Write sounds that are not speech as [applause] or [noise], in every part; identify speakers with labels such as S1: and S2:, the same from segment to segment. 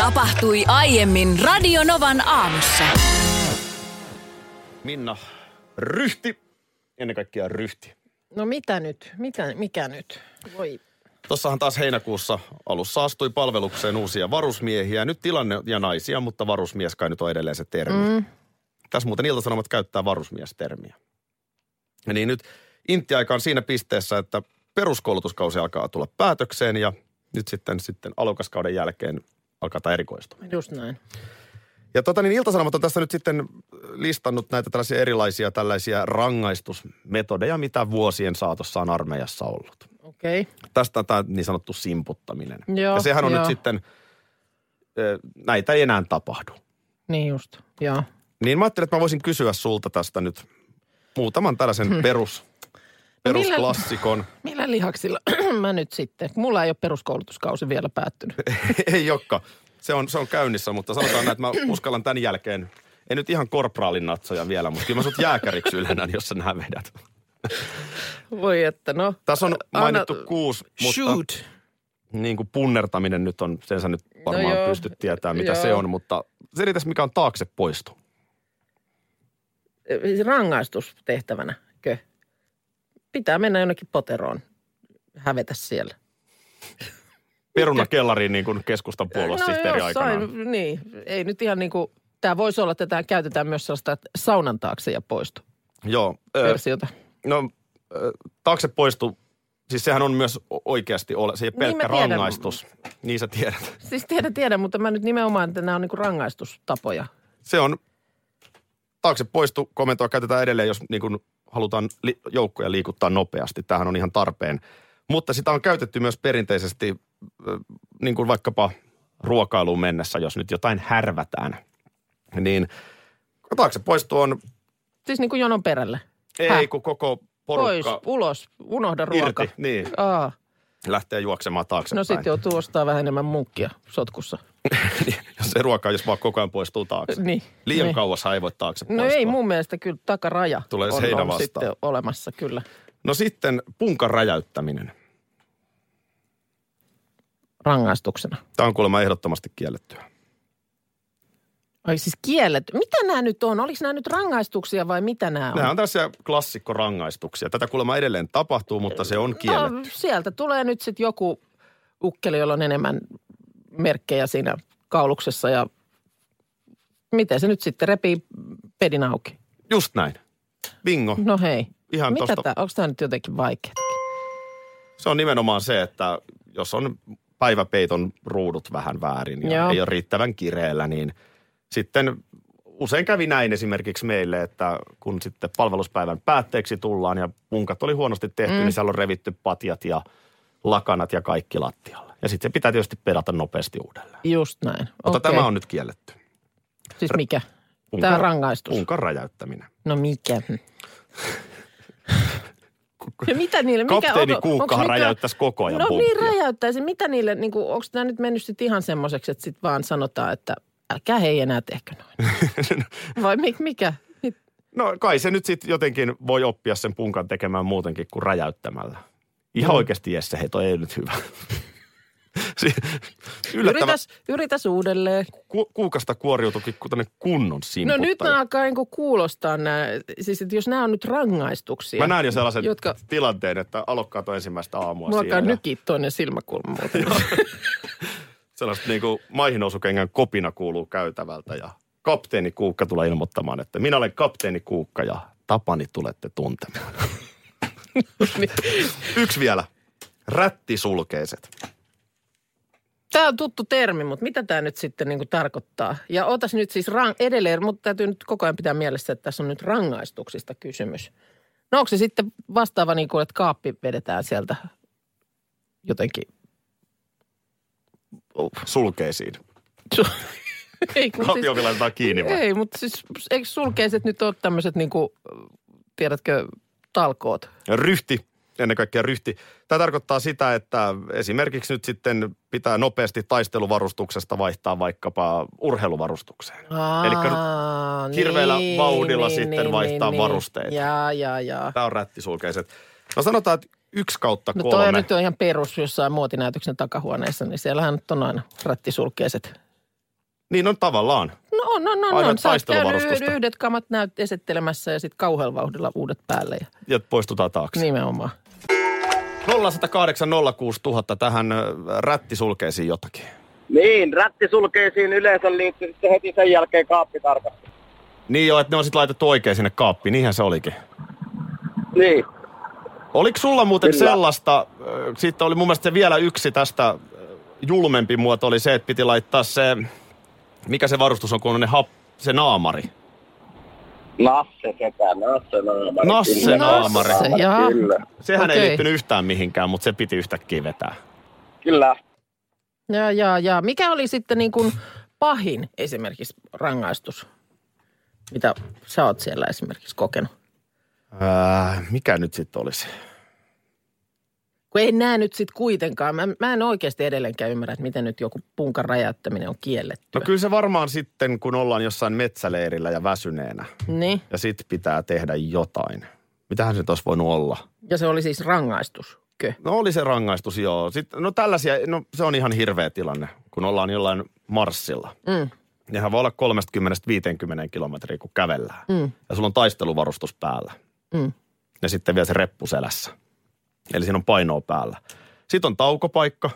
S1: Tapahtui aiemmin Radionovan aamussa.
S2: Minna, ryhti. Ennen kaikkea ryhti.
S3: No mitä nyt? Mitä, mikä nyt? Voi.
S2: Tossahan taas heinäkuussa alussa astui palvelukseen uusia varusmiehiä. Nyt tilanne ja naisia, mutta varusmies kai nyt on edelleen se termi. Mm. Tässä muuten iltasanomat käyttää varusmiestermiä. Ja Niin nyt Intti-aika on siinä pisteessä, että peruskoulutuskausi alkaa tulla päätökseen ja nyt sitten, sitten alokaskauden jälkeen alkaa tämä erikoistuminen.
S3: Just näin.
S2: Ja tota niin, Iltasanomat on tässä nyt sitten äh, listannut näitä tällaisia erilaisia tällaisia rangaistusmetodeja, mitä vuosien saatossa on armeijassa ollut
S3: Okei. Okay.
S2: tästä tämä niin sanottu simputtaminen.
S3: Joo,
S2: ja sehän on
S3: joo.
S2: nyt sitten, ö, näitä ei enää tapahdu.
S3: Niin just. Joo.
S2: Niin mä ajattelin, että mä voisin kysyä sulta tästä nyt muutaman tällaisen perus,
S3: Hmm. No millä-
S2: perusklassikon. [laughs]
S3: Millä lihaksilla [clears throat] mä nyt sitten? Mulla ei ole peruskoulutuskausi vielä päättynyt.
S2: ei jokka. Se on, se on käynnissä, mutta sanotaan näin, että
S3: [clears throat]
S2: mä uskallan tämän jälkeen, en nyt ihan korpraalin natsoja vielä, mutta kyllä mä sut jääkäriksi ylennän, jos sä nää vedät.
S3: Voi että no.
S2: Tässä on
S3: Anna-
S2: mainittu kuusi, mutta
S3: Shoot.
S2: niin kuin punnertaminen nyt on, sen sä nyt varmaan
S3: joo.
S2: no pystyt tietämään, mitä
S3: Joo.
S2: se on, mutta selitäs mikä on taakse poistu.
S3: siis Rangaistustehtävänä, kö? Pitää mennä jonnekin poteroon. Hävetä siellä.
S2: perunakellariin niin kuin keskustan
S3: No
S2: puoluesihteeri aikanaan.
S3: jossain, niin. Ei nyt ihan niin kuin, tämä voisi olla, että tämä käytetään myös sellaista että saunan taakse ja poistu
S2: Joo. Ö,
S3: versiota.
S2: no, ö, taakse poistu, siis sehän on myös o- oikeasti, ole, se ei ole
S3: Niin
S2: pelkkä
S3: mä tiedän.
S2: rangaistus. Niin sä tiedät.
S3: Siis tiedän, tiedän, mutta mä nyt nimenomaan, että nämä on niin kuin rangaistustapoja.
S2: Se on, taakse poistu, komentoa käytetään edelleen, jos niin kuin halutaan li, joukkoja liikuttaa nopeasti. Tämähän on ihan tarpeen. Mutta sitä on käytetty myös perinteisesti ö, niin kuin vaikkapa ruokailuun mennessä, jos nyt jotain härvätään. Niin taakse poistu on,
S3: Siis niin kuin jonon perälle.
S2: ei
S3: Häh?
S2: kun koko
S3: Pois,
S2: porukka
S3: ulos, unohda ruoka.
S2: Irti, niin.
S3: Aa,
S2: Lähtee juoksemaan taaksepäin.
S3: no sitten
S2: [laughs]
S3: joutuu ostaa vähän enemmän munkkia sotkussa.
S2: Niin, jos se ruoka, jos vaan koko ajan poistuu taakse.
S3: Niin,
S2: Liian
S3: niin.
S2: kauas ei voi taakse
S3: No
S2: poistua.
S3: ei mun mielestä kyllä takaraja
S2: Tulee
S3: on,
S2: seinä
S3: on
S2: vastaan.
S3: sitten olemassa kyllä.
S2: No sitten punkan räjäyttäminen.
S3: Rangaistuksena.
S2: Tämä on kuulemma ehdottomasti kiellettyä.
S3: Ai siis kielet. Mitä nämä nyt on? Oliko nämä nyt rangaistuksia vai mitä nämä on?
S2: Nämä on tällaisia klassikkorangaistuksia. Tätä kuulemma edelleen tapahtuu, mutta se on kielletty.
S3: No, sieltä tulee nyt sitten joku ukkeli, jolla on enemmän merkkejä siinä kauluksessa ja miten se nyt sitten repii pedin auki?
S2: Just näin. Bingo.
S3: No hei,
S2: Ihan
S3: mitä
S2: tosta-
S3: tää, onko tämä nyt jotenkin vaikeaa?
S2: Se on nimenomaan se, että jos on päiväpeiton ruudut vähän väärin ja Joo.
S3: Joo.
S2: ei ole riittävän kireellä, niin sitten usein kävi näin esimerkiksi meille, että kun sitten palveluspäivän päätteeksi tullaan ja punkat oli huonosti tehty, mm. niin siellä on revitty patjat ja lakanat ja kaikki lattialle. Ja sitten se pitää tietysti pedata nopeasti uudelleen.
S3: Just näin.
S2: Mutta
S3: Okei.
S2: tämä on nyt kielletty.
S3: Siis mikä? Tämä on rangaistus.
S2: Punkan räjäyttäminen.
S3: No mikä? Ja mitä niille? Mikä
S2: Kapteeni
S3: onko-
S2: Kuukkahan
S3: onks
S2: räjäyttäisi koko ajan
S3: No niin
S2: punkkia.
S3: räjäyttäisi. Mitä niille, niin onko tämä nyt mennyt sitten ihan semmoiseksi, että sitten vaan sanotaan, että älkää hei enää tehkö
S2: [laughs]
S3: noin. Vai mi- mikä? Mit-
S2: No kai se nyt sitten jotenkin voi oppia sen punkan tekemään muutenkin kuin räjäyttämällä.
S3: Mm.
S2: Ihan oikeasti Jesse, hei toi ei nyt hyvä. Si- Yllättävä
S3: Yritäs, yritäs uudelleen.
S2: ku, kuukasta kuoriutukin kun tämmönen kunnon
S3: No
S2: simputtaja.
S3: nyt nämä alkaa niinku kuulostaa nämä, siis että jos nämä on nyt rangaistuksia.
S2: Mä näen jo sellaisen Jotka...
S3: Jotka-
S2: tilanteen, että alokkaat on ensimmäistä aamua
S3: Mulla
S2: siinä.
S3: alkaa
S2: ja
S3: nykiä toinen silmäkulma
S2: [laughs]
S3: muuten. [laughs]
S2: Sellaiset niin kuin maihinnousukengän kopina kuuluu käytävältä ja kapteeni Kuukka tulee ilmoittamaan, että minä olen kapteeni Kuukka ja tapani tulette tuntemaan. Yksi vielä. Rättisulkeiset.
S3: Tämä on tuttu termi, mutta mitä tämä nyt sitten niinku tarkoittaa? Ja otas nyt siis ran, edelleen, mutta täytyy nyt koko ajan pitää mielessä, että tässä on nyt rangaistuksista kysymys. No onko se sitten vastaava niin kuin, että kaappi vedetään sieltä jotenkin
S2: Sulkeisiin.
S3: Su- [laughs] ei, kun siis,
S2: Rapiovilla laitetaan kiinni vai?
S3: ei, mutta siis eikö sulkeiset nyt ole tämmöiset niin kuin, tiedätkö, talkoot?
S2: Ryhti, ennen kaikkea ryhti. Tämä tarkoittaa sitä, että esimerkiksi nyt sitten pitää nopeasti taisteluvarustuksesta vaihtaa vaikkapa urheiluvarustukseen. Elikkä nyt
S3: Aa, niin,
S2: hirveällä vauhdilla sitten vaihtaa varusteita.
S3: Jaa, jaa, jaa.
S2: Tämä on rättisulkeiset. No sanotaan, että yksi kautta
S3: No
S2: kolme.
S3: toi on nyt on ihan perus jossain muotinäytöksen takahuoneessa, niin siellähän nyt on aina rattisulkeiset.
S2: Niin on tavallaan.
S3: No on, on, on.
S2: Aina
S3: on. Sä oot käynyt
S2: taisteluvarustusta.
S3: yhdet- yhdet kamat näyt esittelemässä ja sitten kauhealla vauhdilla uudet päälle. Ja
S2: Ja poistutaan taakse.
S3: nimenomaan.
S2: 0108 06 000 tähän ö, rättisulkeisiin jotakin.
S4: Niin, rätti sulkeisiin yleensä liittyy sitten heti sen jälkeen kaappitarkastus.
S2: Niin joo, että ne on sitten laitettu oikein sinne kaappiin, niinhän se olikin.
S4: Niin.
S2: Oliko sulla muuten Kyllä.
S4: Kyllä.
S2: sellaista, ö, sitten oli mun mielestä se vielä yksi tästä ö, julmempi muoto oli se, että piti laittaa se, mikä se varustus on, kun on ne hap, se naamari.
S4: Nasse sekä, Nasse naamari.
S2: Nasse
S4: kyllä.
S2: naamari.
S3: Nasse, No jaa.
S4: Kyllä.
S2: Sehän okay. ei
S3: Okei.
S2: liittynyt yhtään mihinkään, mutta se piti yhtäkkiä vetää.
S4: Kyllä.
S3: Jaa, jaa, jaa. Mikä oli sitten niin kuin pahin esimerkiksi rangaistus, mitä sä oot siellä esimerkiksi kokenut?
S2: Ää, mikä nyt sitten olisi?
S3: Kun ei näe nyt sitten kuitenkaan. Mä, mä en oikeasti edelleenkään ymmärrä, että miten nyt joku punkan räjäyttäminen on kielletty.
S2: No kyllä se varmaan sitten, kun ollaan jossain metsäleirillä ja väsyneenä,
S3: Niin.
S2: ja sit pitää tehdä jotain. Mitähän se nyt olisi voinut olla?
S3: Ja se oli siis rangaistus. Kö?
S2: No oli se rangaistus, joo. Sitten, no tällaisia, no se on ihan hirveä tilanne, kun ollaan jollain marssilla.
S3: Mm.
S2: Nehän voi olla 30-50 kilometriä, kun kävellään.
S3: Mm.
S2: Ja sulla on taisteluvarustus päällä.
S3: Mm.
S2: Ja sitten vielä se reppu selässä. Eli siinä on painoa päällä. Sitten on taukopaikka.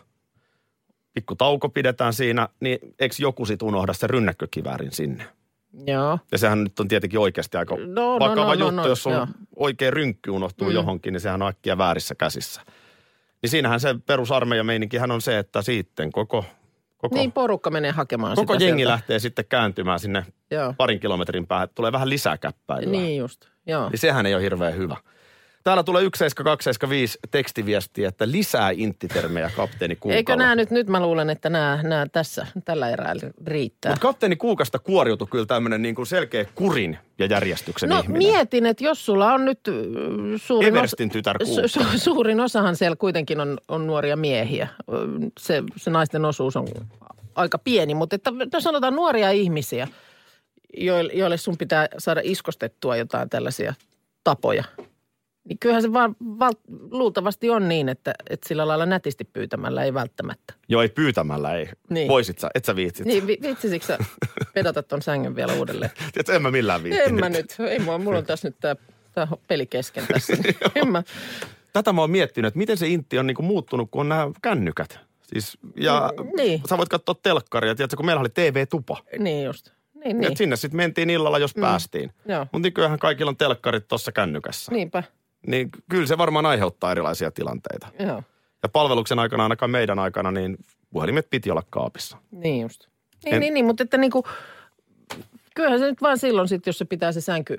S2: Pikku tauko pidetään siinä, niin eikö joku sit unohda se rynnäkkökiväärin sinne?
S3: Joo.
S2: Ja sehän nyt on tietenkin oikeasti aika
S3: No, no,
S2: vakava
S3: no, no,
S2: juttu,
S3: no,
S2: jos on
S3: joo.
S2: oikein rynkky unohtuu mm. johonkin, niin sehän on äkkiä väärissä käsissä. Niin siinähän se perusarmeijameininkihän on se, että sitten koko, koko,
S3: Niin porukka menee hakemaan
S2: koko
S3: sitä
S2: jengi
S3: sieltä.
S2: lähtee sitten kääntymään sinne
S3: Joo.
S2: parin kilometrin päähän. Tulee vähän lisää käppäilyä.
S3: Niin just. Joo.
S2: niin sehän ei ole hirveän hyvä. Täällä tulee 17275 tekstiviestiä, että lisää inttitermejä kapteeni Kuukalla.
S3: Eikö nämä nyt, nyt mä luulen, että nämä, nämä tässä tällä erää riittää.
S2: Mutta kapteeni Kuukasta kuoriutui kyllä tämmöinen niin kuin selkeä kurin ja järjestyksen
S3: No
S2: ihminen.
S3: mietin, että jos sulla on nyt äh, suurin,
S2: Everstin tytär
S3: su, su, suurin osahan siellä kuitenkin on, on nuoria miehiä. Ö, Se, se naisten osuus on aika pieni, mutta että, että sanotaan nuoria ihmisiä, joille, joille sun pitää saada iskostettua jotain tällaisia tapoja. Niin kyllähän se vaan val, luultavasti on niin, että, että sillä lailla nätisti pyytämällä ei välttämättä.
S2: Joo, ei pyytämällä, ei. Niin.
S3: Niin.
S2: Voisit sä, et sä viitsit. Niin.
S3: Niin vi- viitsisikö sä pedata ton sängyn vielä uudelleen?
S2: Tiedätkö, en mä millään viitti.
S3: En mä nyt, ei mua, mulla on tässä nyt tää, tää peli kesken tässä. en mä,
S2: Tätä mä oon miettinyt, että miten se intti on niinku muuttunut, kun on nämä kännykät. Siis, ja
S3: Mm, niin.
S2: sä voit katsoa telkkaria, tiedätkö, kun meillä oli TV-tupa.
S3: niin just. Niin,
S2: Niin.
S3: niin.
S2: Et sinne sitten mentiin illalla, jos mm. päästiin.
S3: Joo.
S2: Mutta nykyään kaikilla on telkkarit tuossa kännykässä.
S3: Niinpä,
S2: Niin kyllä se varmaan aiheuttaa erilaisia tilanteita.
S3: joo.
S2: Ja palveluksen aikana, ainakaan meidän aikana, niin puhelimet piti olla kaapissa.
S3: Niin just.
S2: En-
S3: Niin, en... niin, niin, mutta että niinku, kyllähän se nyt vaan silloin sitten, jos se pitää se sänky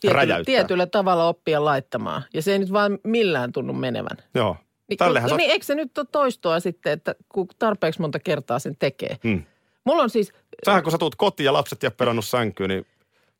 S3: tietyllä,
S2: Räjäyttää.
S3: tietyllä tavalla oppia laittamaan. Ja se ei nyt vaan millään tunnu menevän.
S2: Joo.
S3: Niin,
S2: Tällähän
S3: kun,
S2: sä...
S3: niin eikö se nyt ole toistoa sitten, että kun tarpeeksi monta kertaa sen tekee.
S2: Mm.
S3: Mulla on siis,
S2: Sähän kun sä tuut kotiin ja lapset ja perannut sänkyyn, niin,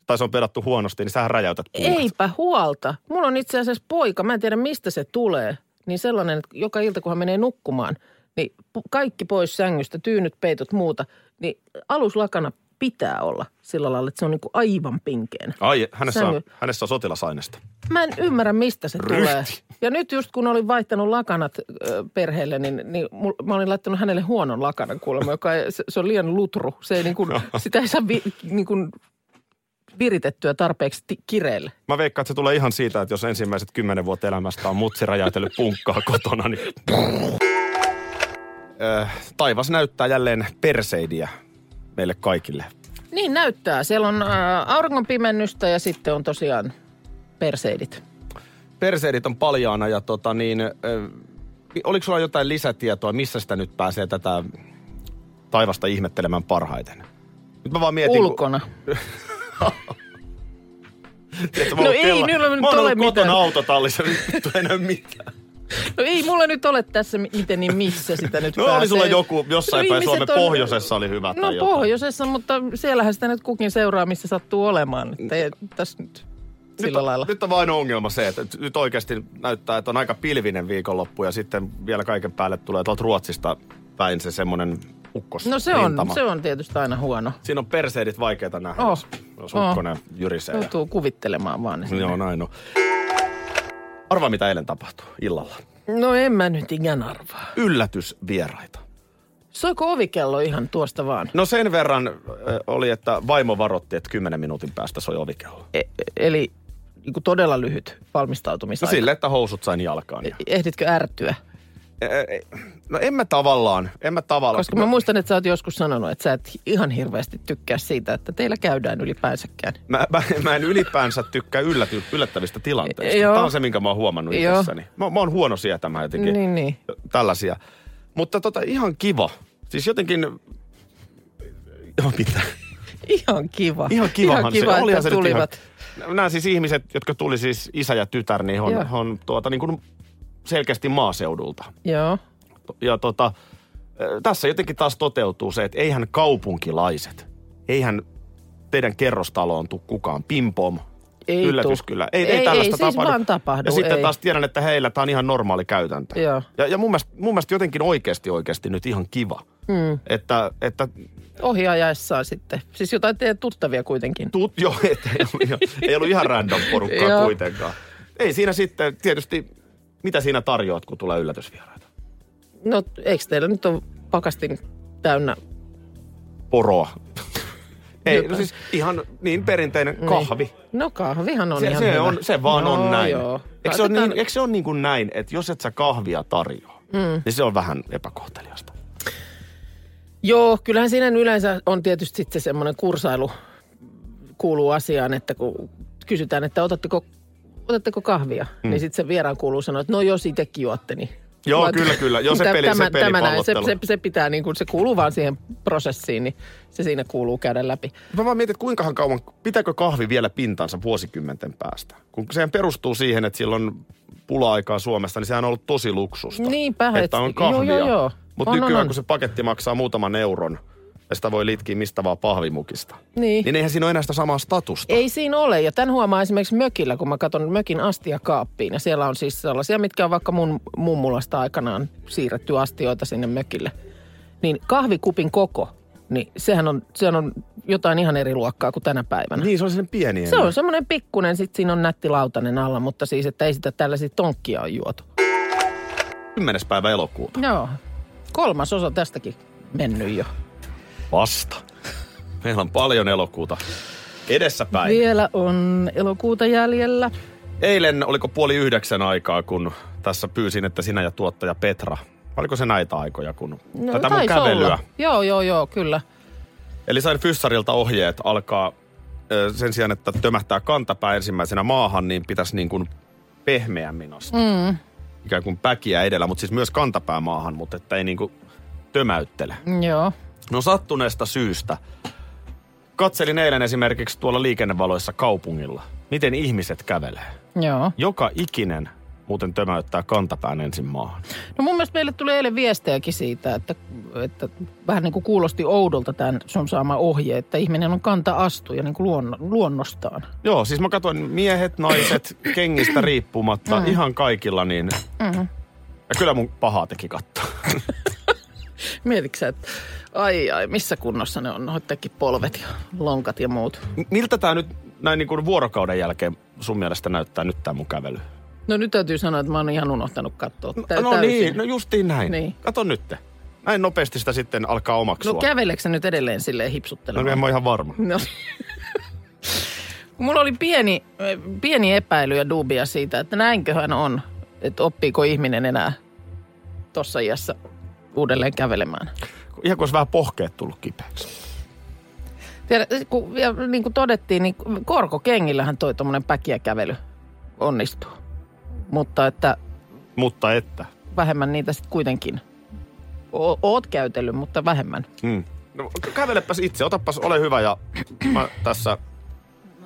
S2: tai se on pedattu huonosti, niin sähän räjäytät puuhat.
S3: Eipä huolta. Mulla on itse asiassa poika, mä en tiedä mistä se tulee, niin sellainen, että joka ilta kun hän menee nukkumaan, niin pu- kaikki pois sängystä, tyynyt, peitot, muuta, niin aluslakana pitää olla sillä lailla, että se on niinku aivan pinkeenä.
S2: Ai, hänessä on,
S3: Sängy.
S2: hänessä on sotilasaineista.
S3: Mä en ymmärrä, mistä se
S2: Ryhti.
S3: tulee. Ja nyt just kun olin vaihtanut lakanat ö, perheelle, niin, niin mul, mä olin laittanut hänelle huonon lakanan kuulemma, joka ei, se, se on liian lutru. Se ei niin kuin, sitä ei saa vi, niin kuin viritettyä tarpeeksi ti- kireelle.
S2: Mä veikkaan, että se tulee ihan siitä, että jos ensimmäiset kymmenen vuotta elämästä on mutsi räjäytellyt punkkaa kotona, niin... Ö, Äh, taivas näyttää jälleen perseidiä meille kaikille.
S3: Niin näyttää. Siellä on ää, auringon pimennystä ja sitten on tosiaan perseidit.
S2: Perseidit on paljaana ja tota niin, ö, oliko sulla jotain lisätietoa, missä sitä nyt pääsee tätä taivasta ihmettelemään parhaiten? Nyt mä vaan mietin, kun-
S3: Ulkona.
S2: Tiedätkö, mä oon
S3: No
S2: ollut
S3: ei, niillä
S2: Mä
S3: nyt
S2: oon
S3: ole
S2: ollut kotona
S3: mitään.
S2: autotallissa, nyt ei enää mitään.
S3: No ei mulla nyt ole tässä mi- miten niin missä sitä nyt
S2: No
S3: pääsee. No
S2: oli sulla joku, jossain päin
S3: ihmiset
S2: Suomen
S3: on-
S2: pohjoisessa oli hyvä
S3: No
S2: tai jotain.
S3: pohjoisessa, mutta siellähän sitä nyt kukin seuraa, missä sattuu olemaan. Että ei tässä nyt
S2: Nyt,
S3: sillä
S2: on-
S3: lailla.
S2: nyt on vain ongelma se, että nyt oikeasti näyttää, että on aika pilvinen viikonloppu ja sitten vielä kaiken päälle tulee tuolta Ruotsista päin se semmoinen ukkos.
S3: No se on,
S2: rintama.
S3: se on tietysti aina huono.
S2: Siinä on perseidit vaikeita nähdä,
S3: Oh.
S2: jos, jos
S3: Oh.
S2: ukkonen jyrisee. ja-
S3: Joutuu kuvittelemaan vaan.
S2: No Joo, näin on. Arvaa, mitä eilen tapahtui illalla.
S3: No en mä nyt ikään arvaa.
S2: Yllätysvieraita.
S3: Soiko ovikello ihan tuosta vaan?
S2: No sen verran ö, oli, että vaimo varotti, että 10 minuutin päästä soi ovikello.
S3: E- eli niinku todella lyhyt
S2: No
S3: valmistautumisaika.
S2: sille, että housut sain jalkaan. Ja.
S3: E-, Ehditkö ärtyä?
S2: Ä- ä- No en mä tavallaan, en mä tavallaan.
S3: Koska mä muistan, että sä oot joskus sanonut, että sä et ihan hirveästi tykkää siitä, että teillä käydään ylipäänsäkään.
S2: Mä, mä, mä en ylipäänsä tykkää ylläty, yllättävistä tilanteista.
S3: Joo.
S2: Tämä on se, minkä mä oon huomannut
S3: Joo.
S2: itsessäni. Mä, mä oon huono sietämään jotenkin
S3: Niin, niin.
S2: tällaisia. Mutta tota, ihan kiva. Siis jotenkin... Joo, mitä?
S3: Ihan kiva.
S2: Ihan kivahan
S3: ihan kiva
S2: se.
S3: että
S2: se nyt
S3: tulivat.
S2: Ihan... Nämä siis ihmiset, jotka tuli siis isä ja tytär, niin
S3: Joo.
S2: on, on tuota, niin kuin selkeästi maaseudulta.
S3: Joo.
S2: Ja tota, ö, tässä jotenkin taas toteutuu se, että eihän kaupunkilaiset, eihän teidän kerrostaloon tuu kukaan pimpom.
S3: Ei
S2: Yllätys
S3: tuu.
S2: kyllä. Ei, ei,
S3: Ei,
S2: tällaista
S3: ei, siis
S2: tapahdu.
S3: vaan tapahdu,
S2: Ja sitten
S3: ei.
S2: taas tiedän, että heillä tämä on ihan normaali käytäntö.
S3: Joo.
S2: Ja, ja mun, mielestä, mun mielestä jotenkin oikeasti oikeasti nyt ihan kiva. Mm.
S3: Hmm.
S2: Että, että
S3: Ohjaajaessaan sitten. Siis jotain teidän tuttavia kuitenkin.
S2: Tut, [laughs] joo, et, ei, ollut ihan, ei ollut ihan random porukkaa
S3: Joo.
S2: kuitenkaan. Ei siinä sitten, tietysti, mitä siinä tarjoat, kun tulee yllätysvieraita?
S3: No eikö teillä nyt ole pakastin täynnä? [laughs]
S2: Poroa. ei, no
S3: Jotain.
S2: siis ihan niin perinteinen kahvi.
S3: No kahvihan on
S2: Se,
S3: ihan
S2: se,
S3: hyvä.
S2: on, se vaan
S3: no,
S2: on näin.
S3: Joo.
S2: Eikö se ole,
S3: Laitetaan-
S2: niin, eikö se ole niin kuin näin, että jos et sä kahvia tarjoa, mm. niin se on vähän epäkohteliasta.
S3: Joo, kyllähän siinä yleensä on tietysti sitten semmoinen kursailu kuuluu asiaan, että kun kysytään, että otatteko, otatteko kahvia, mm. niin sitten se vieraan kuuluu sanoa, että no jos itsekin juotte, niin...
S2: Joo,
S3: Mä oon-
S2: kyllä, kyllä. Joo, se
S3: Tä-
S2: peli- se
S3: tämä- tämä näin. se,
S2: pelipallottelu.
S3: se, se, pitää niin kuin, se kuuluu vaan siihen prosessiin, niin se siinä kuuluu käydä läpi.
S2: Mä vaan mietin, että kuinkahan kauan, pitääkö kahvi vielä pintansa vuosikymmenten päästä? Kun sehän perustuu siihen, että silloin pula-aikaa Suomessa, niin sehän on ollut tosi luksusta.
S3: Niinpä,
S2: Että
S3: et-
S2: on kahvia.
S3: joo, joo, joo.
S2: Mutta
S3: On, on,
S2: nykyään,
S3: on.
S2: kun se paketti maksaa muutaman euron, ja sitä voi litkiä mistä vaan pahvimukista,
S3: Niin.
S2: niin eihän siinä ole enää sitä samaa statusta.
S3: Ei siinä ole, ja tämän huomaa esimerkiksi mökillä, kun mä katson mökin astiakaappiin, ja siellä on siis sellaisia, mitkä on vaikka mun mummulasta aikanaan siirretty astioita sinne mökille. Niin kahvikupin koko, niin sehän on, sehän on jotain ihan eri luokkaa kuin tänä päivänä.
S2: Niin, se on sen pieni
S3: Se
S2: enää.
S3: on semmoinen pikkunen, sit siinä on nätti lautanen alla, mutta siis, että ei sitä tällaisia tonkkia ole juotu.
S2: 10. päivä elokuuta.
S3: Joo, kolmas osa tästäkin mennyt jo.
S2: Vasta. [laughs] Meillä on paljon elokuuta edessäpäin.
S3: Vielä on elokuuta jäljellä.
S2: Eilen oliko puoli yhdeksän aikaa, kun tässä pyysin, että sinä ja tuottaja Petra, oliko se näitä aikoja, kun no, tätä mun
S3: taisi
S2: kävelyä.
S3: olla. Joo, joo, joo, kyllä.
S2: Eli sain Fyssarilta ohjeet alkaa ö, sen sijaan, että tömähtää kantapää ensimmäisenä maahan, niin pitäisi niin kuin pehmeämmin nostaa. Mm. Ikään kuin päkiä edellä, mutta siis myös kantapää maahan, mutta että ei niin kuin tömäyttele.
S3: Joo.
S2: No sattuneesta syystä. Katselin eilen esimerkiksi tuolla liikennevaloissa kaupungilla, miten ihmiset kävelee.
S3: Joo.
S2: Joka ikinen muuten tömäyttää kantapään ensin maahan.
S3: No mun mielestä meille tuli eilen viestejäkin siitä, että, että vähän niin kuin kuulosti oudolta tämän sun saama ohje, että ihminen on kanta-astuja niin kuin luonno, luonnostaan.
S2: Joo, siis mä katsoin miehet,
S3: [coughs]
S2: naiset, kengistä riippumatta, mm. ihan kaikilla niin. Mm. Ja kyllä mun pahaa teki katsoa. [laughs]
S3: Mietitkö sä, että ai ai, missä kunnossa ne on noittakin polvet ja lonkat ja muut?
S2: M- Miltä tämä nyt näin niin kuin vuorokauden jälkeen sun mielestä näyttää nyt tämä mun kävely?
S3: No nyt täytyy sanoa, että mä oon ihan unohtanut katsoa. Tä-
S2: no
S3: täysin.
S2: niin, no justiin näin.
S3: Niin.
S2: Kato nytte. Näin nopeasti sitä sitten alkaa omaksua.
S3: no käveleekö sä nyt edelleen silleen
S2: no
S3: hipsuttelemaan?
S2: en mä ole ihan varma.
S3: No. Mulla oli pieni, pieni epäily ja dubia siitä, että näinköhän on, että oppiiko ihminen enää tuossa iässä uudelleen kävelemään.
S2: Ihan kuin olisi vähän pohkeet tullut kipeäksi.
S3: Tiedä, kun, ja niin kuin todettiin, niin korkokengillähän toi tuommoinen päkiäkävely onnistuu. Mutta että
S2: Mutta että.
S3: vähemmän niitä sitten kuitenkin. O- oot käytellyt, mutta vähemmän.
S2: Mm. No, kävelepäs itse, otapas, ole hyvä ja mä tässä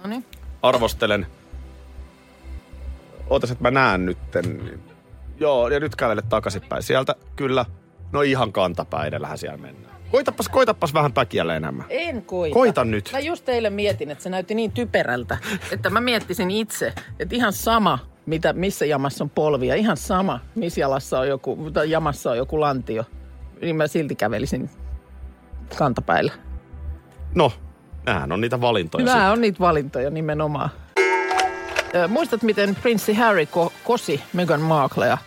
S3: No niin.
S2: arvostelen. Ootas, että mä näen nytten. niin- Joo, ja nyt kävele takaisinpäin. Sieltä kyllä, no ihan kantapää edellähän siellä mennään. Koitapas, koitapas vähän päkiällä enemmän.
S3: En koita.
S2: Koita nyt.
S3: Mä just teille mietin, että se näytti niin typerältä, että mä miettisin itse, että ihan sama, mitä, missä jamassa on polvia, ihan sama, missä jalassa on joku, tai jamassa on joku lantio, niin mä silti kävelisin kantapäillä.
S2: No, näähän on niitä valintoja.
S3: Nämä
S2: sit.
S3: on niitä valintoja nimenomaan. Ö, Muistat, miten prinssi Harry ko- kosi Meghan Marklea,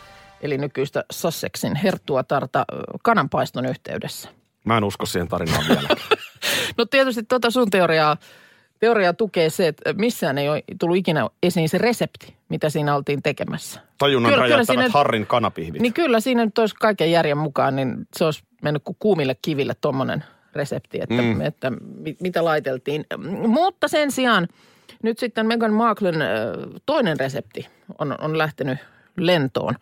S3: eli nykyistä Sussexin herttuatarta ö, kananpaiston yhteydessä?
S2: Mä en usko siihen tarinaan vielä.
S3: [laughs] No tietysti tuota sun teoriaa, teoriaa tukee se, että missään ei ole tullut ikinä esiin se resepti, mitä siinä oltiin tekemässä.
S2: Tajunnan
S3: Kyllä-
S2: kyllä,
S3: kyllä
S2: räjäyttävät
S3: siinä-
S2: Harrin kanapihvit.
S3: Niin kyllä siinä nyt olisi kaiken järjen mukaan, niin se olisi mennyt kuin kuumille kiville tuommoinen resepti, että, mm. että mi- mitä laiteltiin. Mm, Mutta sen sijaan nyt sitten Meghan Marklen äh, toinen resepti on, on lähtenyt lentoon.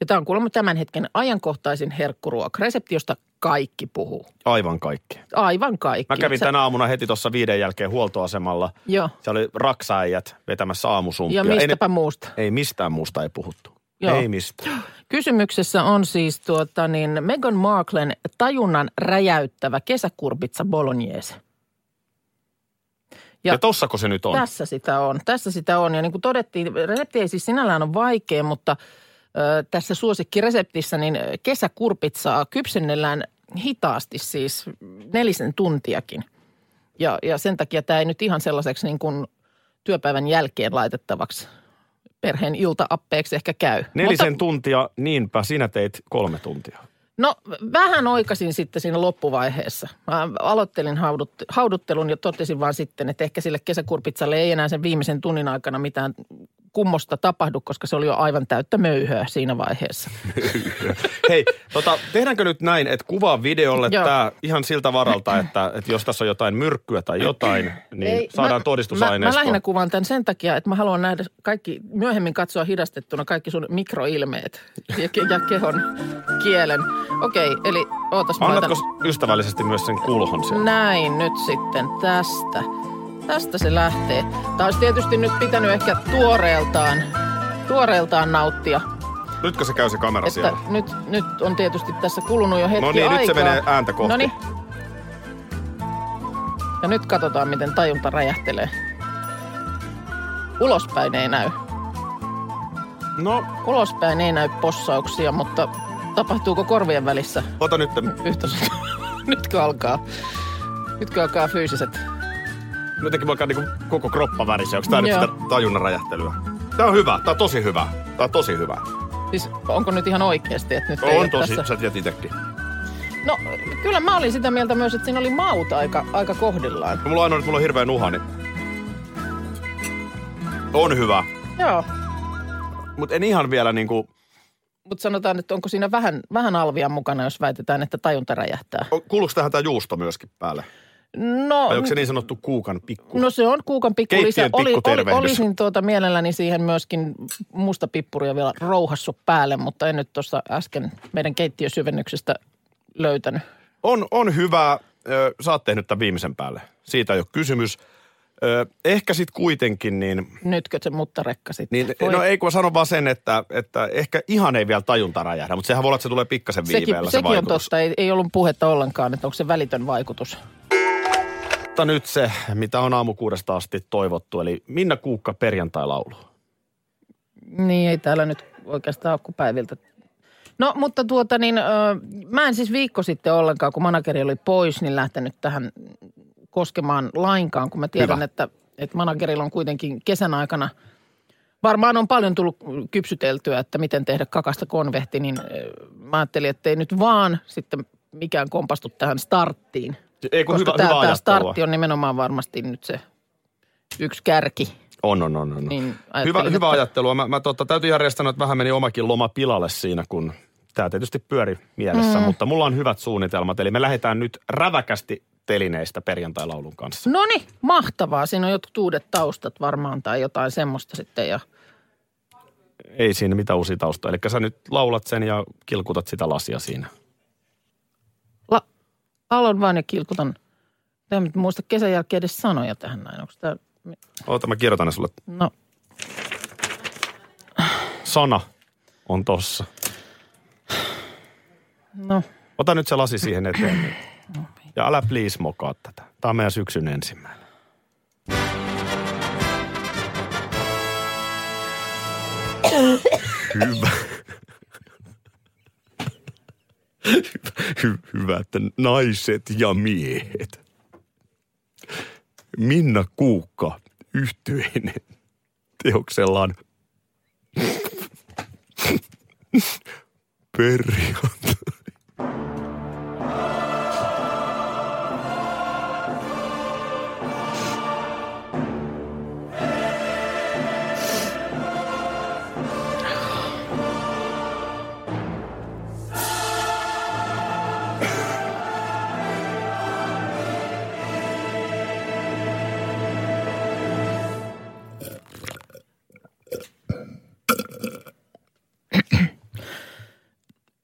S3: Ja tämä on kuulemma tämän hetken ajankohtaisin herkkuruoka. Resepti, josta kaikki puhuu.
S2: Aivan kaikki.
S3: Aivan kaikki.
S2: Mä kävin
S3: Sä-
S2: tänä aamuna heti tuossa viiden jälkeen huoltoasemalla.
S3: Joo.
S2: Siellä oli raksaäijät vetämässä aamusumppia.
S3: Ja mistäpä muusta.
S2: Ei, ne- ei mistään muusta ei puhuttu.
S3: Joo.
S2: Ei mistään.
S3: Kysymyksessä on siis tuota, niin Meghan Marklen tajunnan räjäyttävä kesäkurpitsa bolognese.
S2: Ja,
S3: Ja-
S2: ja tossako se nyt on?
S3: Tässä sitä on, tässä sitä on. Ja niin kuin todettiin, resepti ei siis sinällään ole vaikea, mutta ö, tässä suosikkireseptissä niin ö, kesäkurpitsaa kypsennellään hitaasti siis nelisen tuntiakin. Ja, ja sen takia tämä ei nyt ihan sellaiseksi niin kuin työpäivän jälkeen laitettavaksi perheen iltaappeeksi ehkä käy.
S2: Nelisen Mutta... tuntia, niinpä sinä teit kolme tuntia.
S3: No vähän oikasin sitten siinä loppuvaiheessa. Mä aloittelin haudut, hauduttelun ja totesin vaan sitten, että ehkä sille kesäkurpitsalle ei enää sen viimeisen tunnin aikana mitään kummosta tapahdu, koska se oli jo aivan täyttä möyhöä siinä vaiheessa.
S2: Hei, tota, tehdäänkö nyt näin, että kuvaa videolle
S3: Joo.
S2: tämä ihan siltä varalta, että, että jos tässä on jotain myrkkyä tai jotain, niin ei, saadaan
S3: mä, Mä, mä
S2: todistusaineisto.
S3: lähinnä kuvaan tämän sen takia, että mä haluan nähdä kaikki, myöhemmin katsoa hidastettuna kaikki sun mikroilmeet ja, ke- ja kehon kielen. Okei, eli ootas mä
S2: Annatko
S3: laitan-
S2: ystävällisesti myös sen kulhon sieltä?
S3: Näin nyt sitten tästä. Tästä se lähtee. Tämä olisi tietysti nyt pitänyt ehkä tuoreeltaan, tuoreeltaan nauttia.
S2: Nytkö se käy se kamera
S3: Että
S2: siellä?
S3: nyt, nyt on tietysti tässä kulunut jo hetki
S2: No niin, nyt
S3: aikaa.
S2: se menee ääntä kohti.
S3: Noniin. Ja nyt katsotaan, miten tajunta räjähtelee. Ulospäin ei näy.
S2: No,
S3: Ulospäin ei näy possauksia, mutta tapahtuuko korvien välissä
S2: ota nyt.
S3: yhtä? [laughs] Nytkö alkaa? Nytkö alkaa fyysiset
S2: Jotenkin mä niin koko kroppa värisee. Onko tää nyt
S3: Joo.
S2: sitä tajunnan räjähtelyä? Tää on hyvä. Tää on tosi hyvä. Tää on tosi hyvä.
S3: Siis onko nyt ihan oikeasti, että nyt ei ole
S2: On tosi.
S3: tässä?
S2: Sä tiedät itekin.
S3: No kyllä mä olin sitä mieltä myös, että siinä oli maut aika, aika kohdillaan.
S2: No, mulla on ainoa, että mulla on hirveä nuha, niin... On hyvä.
S3: Joo,
S2: Mut en ihan vielä niinku...
S3: mutta sanotaan, että onko siinä vähän, vähän alvia mukana, jos väitetään, että tajunta räjähtää.
S2: O- Kuuluuko tähän tää juusto myöskin päälle?
S3: No,
S2: Vai onko se niin sanottu kuukan pikku?
S3: no se on kuukan pikku lisä.
S2: Keittiön
S3: Oli, oli,
S2: pikkutervehdys.
S3: olisin tuota mielelläni siihen myöskin musta pippuria vielä rouhassut päälle, mutta en nyt tuossa äsken meidän keittiösyvennyksestä löytänyt.
S2: On, on hyvä. Ö, Sä oot tehnyt tämän viimeisen päälle. Siitä ei ole kysymys. Ö, Ehkä sitten kuitenkin niin...
S3: Nytkö se muttarekka sitten?
S2: Niin,
S3: Voi
S2: no ei kun mä sanon vaan sen, että, että ehkä ihan ei vielä tajunta räjähdä, mutta sehän voi olla, että se tulee pikkasen
S3: sekin,
S2: viiveellä se
S3: sekin on
S2: vaikutus.
S3: totta. Ei, ei ollut puhetta ollenkaan, että onko se välitön vaikutus.
S2: Mutta nyt se, mitä on aamukuudesta asti toivottu, eli Minna Kuukka perjantai-laulu.
S3: Niin, ei täällä nyt oikeastaan ole kuin päiviltä. No, mutta tuota niin, ö, mä en siis viikko sitten ollenkaan, kun manageri oli pois, niin lähtenyt tähän koskemaan lainkaan, kun mä tiedän,
S2: Hyvä.
S3: että, että managerilla on kuitenkin kesän aikana Varmaan on paljon tullut kypsyteltyä, että miten tehdä kakasta konvehti, niin ö, mä ajattelin, että ei nyt vaan sitten mikään kompastu tähän starttiin.
S2: Ei kun
S3: Koska
S2: Niin hyvä,
S3: tämä,
S2: hyvä
S3: tämä
S2: ajattelua.
S3: startti on nimenomaan varmasti nyt se yksi kärki.
S2: On, on, on. on.
S3: Niin
S2: hyvä,
S3: ajattelin,
S2: hyvä
S3: että-
S2: ajattelua. Mä, mä tota, täytyy järjestää, että vähän meni omakin loma pilalle siinä, kun tämä tietysti pyöri mielessä, mm. mutta mulla on hyvät suunnitelmat. Eli me lähdetään nyt räväkästi telineistä perjantai-laulun kanssa.
S3: No niin, mahtavaa. Siinä on jotkut uudet taustat varmaan tai jotain semmoista sitten. Ja...
S2: Ei siinä mitään uusia taustoja. Eli sä nyt laulat sen ja kilkutat sitä lasia siinä.
S3: La- Laulan vaan ja kilkutan. Tämä nyt muista kesän jälkeen edes sanoja tähän näin. Onko tämä...
S2: Oota, mä kirjoitan ne sulle.
S3: No,
S2: Sana on tossa.
S3: No,
S2: Ota nyt se lasi siihen eteen. nyt. Ja älä please mokaa tätä. Tämä on meidän syksyn ensimmäinen. Hyvä. Hy- hyvät naiset ja miehet. Minna Kuukka yhtyen teoksellaan perjantai.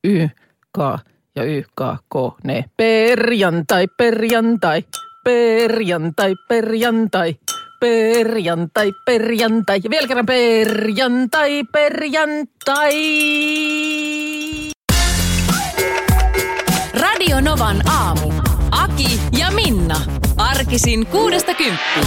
S3: Y, K ja Y, K, K, ne. Perjantai, perjantai, perjantai, perjantai, perjantai, perjantai. Ja vielä kerran perjantai, perjantai.
S1: Radio Novan aamu. Aki ja Minna. Arkisin kuudesta kymppiin.